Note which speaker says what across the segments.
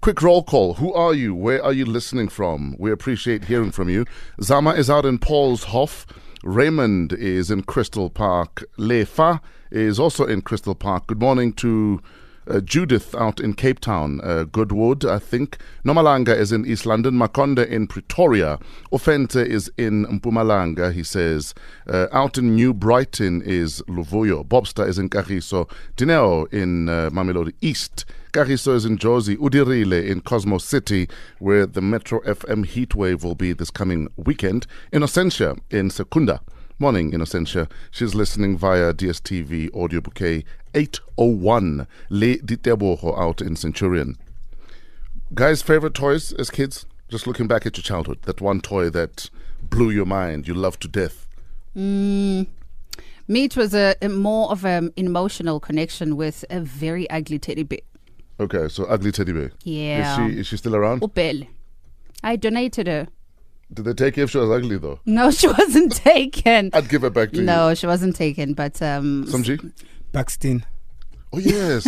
Speaker 1: Quick roll call. Who are you? Where are you listening from? We appreciate hearing from you. Zama is out in Paul's Hof. Raymond is in Crystal Park. Lefa is also in Crystal Park. Good morning to uh, Judith out in Cape Town. Uh, Goodwood, I think. Nomalanga is in East London. Makonda in Pretoria. Ofente is in Mpumalanga, he says. Uh, out in New Brighton is Luvuyo. Bobster is in Kagiso. Dineo in uh, Mamelodi East. Kagiso is in Jozi, Udirile in Cosmo City, where the Metro FM heatwave will be this coming weekend. Innocentia in Secunda. Morning, Innocentia. She's listening via DSTV Audio Bouquet 801, Le Diteboho out in Centurion. Guys, favorite toys as kids? Just looking back at your childhood, that one toy that blew your mind, you loved to death.
Speaker 2: Me, it was a, a more of an emotional connection with a very ugly teddy bear.
Speaker 1: Okay, so ugly teddy bear.
Speaker 2: Yeah.
Speaker 1: Is she is she still around?
Speaker 2: Ubel. I donated her.
Speaker 1: Did they take her if she was ugly though?
Speaker 2: No, she wasn't taken.
Speaker 1: I'd give her back to you.
Speaker 2: No, she wasn't taken. But um,
Speaker 1: Some G?
Speaker 3: Buxton.
Speaker 1: Oh yes,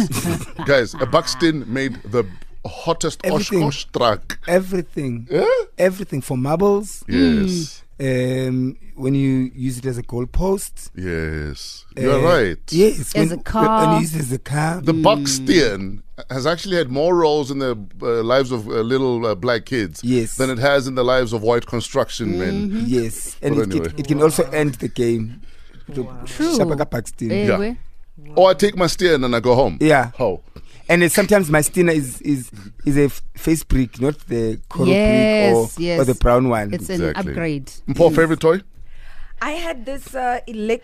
Speaker 1: guys, a Buxton made the hottest
Speaker 3: Everything.
Speaker 1: Oshkosh track.
Speaker 3: Everything.
Speaker 2: Hmm.
Speaker 3: Everything for marbles.
Speaker 1: Yes,
Speaker 3: Um, when you use it as a goalpost.
Speaker 1: yes, you are
Speaker 3: Uh,
Speaker 1: right.
Speaker 2: As
Speaker 3: Yes. when,
Speaker 2: a
Speaker 3: when-
Speaker 2: car.
Speaker 3: When you use it as a car.
Speaker 2: Hmm.
Speaker 1: The Buxton has actually had more roles in the uh, lives of uh, little uh, black kids
Speaker 3: Yes.
Speaker 1: than it has in the lives of white construction
Speaker 2: Mm-hmm.
Speaker 1: men.
Speaker 3: yes. And
Speaker 1: But
Speaker 3: it, can-
Speaker 1: anyway.
Speaker 3: it can also end the game.
Speaker 2: True.
Speaker 3: Shabaka Buxton.
Speaker 2: eh,
Speaker 1: Yeah.
Speaker 2: we-
Speaker 1: Or Oh, I take my stein and I go home. Oh.
Speaker 3: Yeah.
Speaker 1: How?
Speaker 3: And uh, sometimes my stina is, is is a f- face brick, not the coral
Speaker 2: Yes,
Speaker 3: brick or,
Speaker 2: yes.
Speaker 3: or the brown one.
Speaker 2: it's an
Speaker 1: Exactly.
Speaker 2: upgrade. Mm.
Speaker 1: Poor favorite toy?
Speaker 4: I had this uh,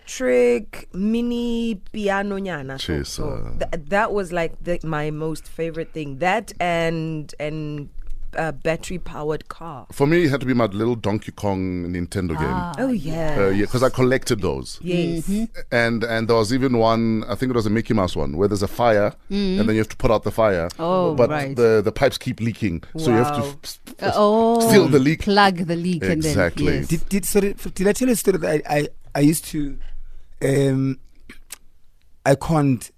Speaker 4: electric mini piano nyana. So,
Speaker 1: Jeez, uh.
Speaker 4: so th- that was like the, my most favorite thing. That and and a battery powered car.
Speaker 1: For me, it had to be my little Donkey Kong Nintendo
Speaker 2: Ah.
Speaker 1: game.
Speaker 4: Oh yeah.
Speaker 1: Uh, yeah, because I collected those.
Speaker 4: yes.
Speaker 1: and and there was even one I think it was a Mickey Mouse one where there's a fire and then you have to put out the fire.
Speaker 2: Oh,
Speaker 1: but
Speaker 2: right.
Speaker 1: the the pipes keep leaking, so you have to
Speaker 4: Wow.
Speaker 1: f- s-
Speaker 2: Uh, oh,
Speaker 1: seal the leak.
Speaker 2: Plug the leak
Speaker 1: Exactly.
Speaker 2: and then. Yes.
Speaker 3: Did, did sorry, f- did I tell you a story that I, I, I used to um I conned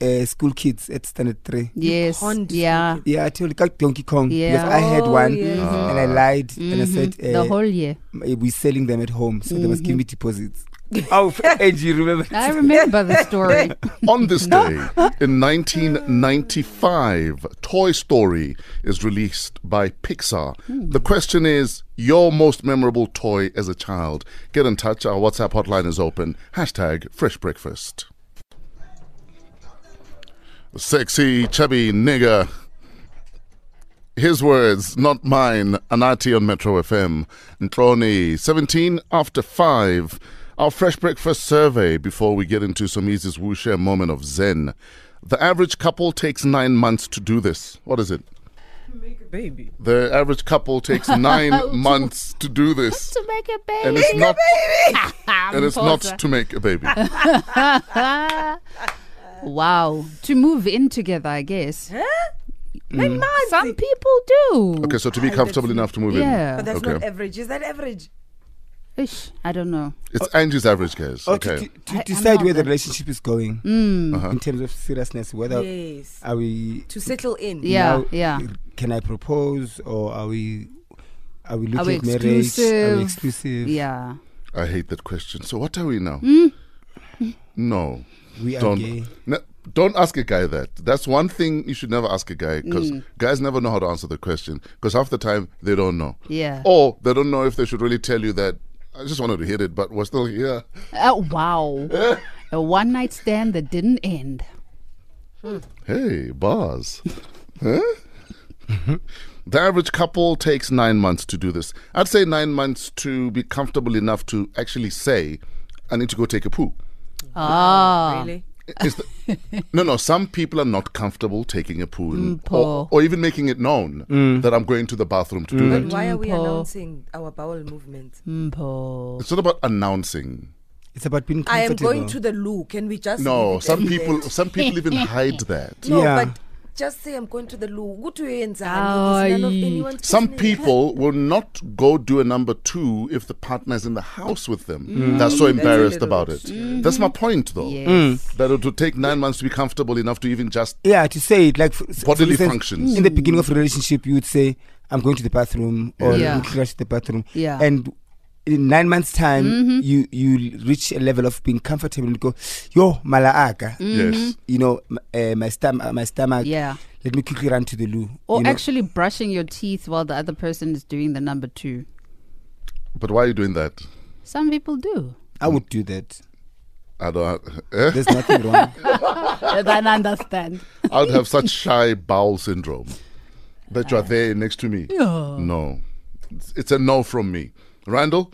Speaker 3: uh, school kids at standard three.
Speaker 2: Yes.
Speaker 4: can't
Speaker 2: Yeah.
Speaker 3: Yeah, I told you like Donkey Kong
Speaker 2: Yeah.
Speaker 3: because I had
Speaker 4: Oh,
Speaker 3: one
Speaker 4: yes.
Speaker 3: and I lied and I said
Speaker 2: Mhm.
Speaker 3: uh,
Speaker 2: the whole year.
Speaker 3: m- we're selling them at home, so they must give me deposits. oh, and you remember?
Speaker 2: I remember the story.
Speaker 1: On this day in 1995, Toy Story is released by Pixar.
Speaker 2: Hmm.
Speaker 1: The question is your most memorable toy as a child. Get in touch. Our WhatsApp hotline is open. Hashtag Fresh Breakfast. Sexy chubby nigger. His words, not mine. Anati on Metro FM. Ntroni, 17 after 5. Our fresh breakfast survey before we get into Somizi's Wu Share moment of zen. The average couple takes nine months to do this. What is it?
Speaker 4: Baby.
Speaker 1: The average couple takes nine months to do this.
Speaker 2: to make a baby.
Speaker 1: And it's not,
Speaker 2: Ah,
Speaker 1: and it's not
Speaker 2: Mposa.
Speaker 1: to make a baby.
Speaker 2: wow. To move in together, I guess. Mm.
Speaker 4: Like Mazi.
Speaker 2: Some people do.
Speaker 1: Okay, so to be comfortable enough to move
Speaker 2: Yeah.
Speaker 1: in.
Speaker 2: But
Speaker 4: But that's not
Speaker 1: Okay.
Speaker 4: average. Is that average?
Speaker 2: Ish, I don't know.
Speaker 1: It's Angie's average, guys.
Speaker 3: Or Oh, to-
Speaker 1: Okay.
Speaker 3: to,
Speaker 2: I-
Speaker 3: to
Speaker 2: I'm
Speaker 3: decide
Speaker 2: not
Speaker 3: where the
Speaker 2: that- Mm.
Speaker 3: relationship is going in terms of seriousness, whether
Speaker 4: yes.
Speaker 3: are we
Speaker 4: To settle in.
Speaker 2: Yeah,
Speaker 3: now,
Speaker 2: yeah.
Speaker 3: Can I propose, or are we are we looking
Speaker 2: Are we
Speaker 3: at marriage? Are
Speaker 2: exclusive?
Speaker 3: we exclusive?
Speaker 2: Yeah.
Speaker 1: I hate that question. So what are we now? No.
Speaker 3: we are
Speaker 1: don't
Speaker 3: gay.
Speaker 1: No, don't ask a guy that. That's one thing you should never ask a guy because guys never know how to answer the question because half the time they don't know.
Speaker 2: Yeah.
Speaker 1: Or they don't know if they should really tell you that. I just wanted to hit it, but we're still here.
Speaker 2: Oh, wow. a one night stand that didn't end.
Speaker 1: Hey, bars. Huh? The average couple takes nine months to do this. I'd say nine months to be comfortable enough to actually say, I need to go take a poo.
Speaker 2: Ah.
Speaker 4: Really?
Speaker 1: Is the, no, no. Some people are not comfortable taking a poo,
Speaker 4: Mm,
Speaker 1: in- or,
Speaker 2: poor.
Speaker 1: or even making it known that I'm going to the bathroom to do
Speaker 4: But
Speaker 1: that.
Speaker 4: why are we
Speaker 2: Mpo.
Speaker 4: announcing our bowel movement?
Speaker 2: Mpo.
Speaker 1: It's not about announcing.
Speaker 3: It's about being
Speaker 4: I
Speaker 3: comfortable.
Speaker 4: am going to the loo. Can we just
Speaker 1: uh. No,
Speaker 4: leave it
Speaker 1: some
Speaker 4: at
Speaker 1: people,
Speaker 4: that?
Speaker 1: some people even hide that.
Speaker 4: No,
Speaker 3: Yeah.
Speaker 4: but just say I'm going to the loo. Go to yenzani. It's
Speaker 2: Ay.
Speaker 4: none of anyone's
Speaker 1: Some
Speaker 4: business.
Speaker 1: people will not go do a number two if the partner's in the house with them. They're so embarrassed
Speaker 4: Mm. little
Speaker 1: about it.
Speaker 4: bit Mm.
Speaker 1: That's my point, though.
Speaker 2: Yes.
Speaker 1: That it would take nine months to be comfortable enough to even just.
Speaker 3: Yeah, to say it like for, for
Speaker 1: Bodily
Speaker 3: instance,
Speaker 1: functions.
Speaker 3: in the beginning of a relationship, you would say, "I'm going to the bathroom" or
Speaker 2: Yeah.
Speaker 3: "I'm going to the bathroom,"
Speaker 2: Yeah. Mm-hmm.
Speaker 3: and in nine months' time, you you reach a level of being comfortable and go, "Yo, malaaga,"
Speaker 4: Mm-hmm.
Speaker 1: Yes.
Speaker 3: you know, m- uh, my stomach, my stomach.
Speaker 2: Mm. Yeah.
Speaker 3: Let me quickly run to the loo.
Speaker 2: Or
Speaker 3: you know.
Speaker 2: actually brushing your teeth while the other person is doing the number two.
Speaker 1: But why are you doing that?
Speaker 2: Some people do.
Speaker 3: I would do that.
Speaker 1: I don't. Eh?
Speaker 3: There's nothing wrong.
Speaker 2: I don't understand.
Speaker 1: I'd have such shy bowel syndrome that you're there next to me. No. It's- It's a no from me. Randall?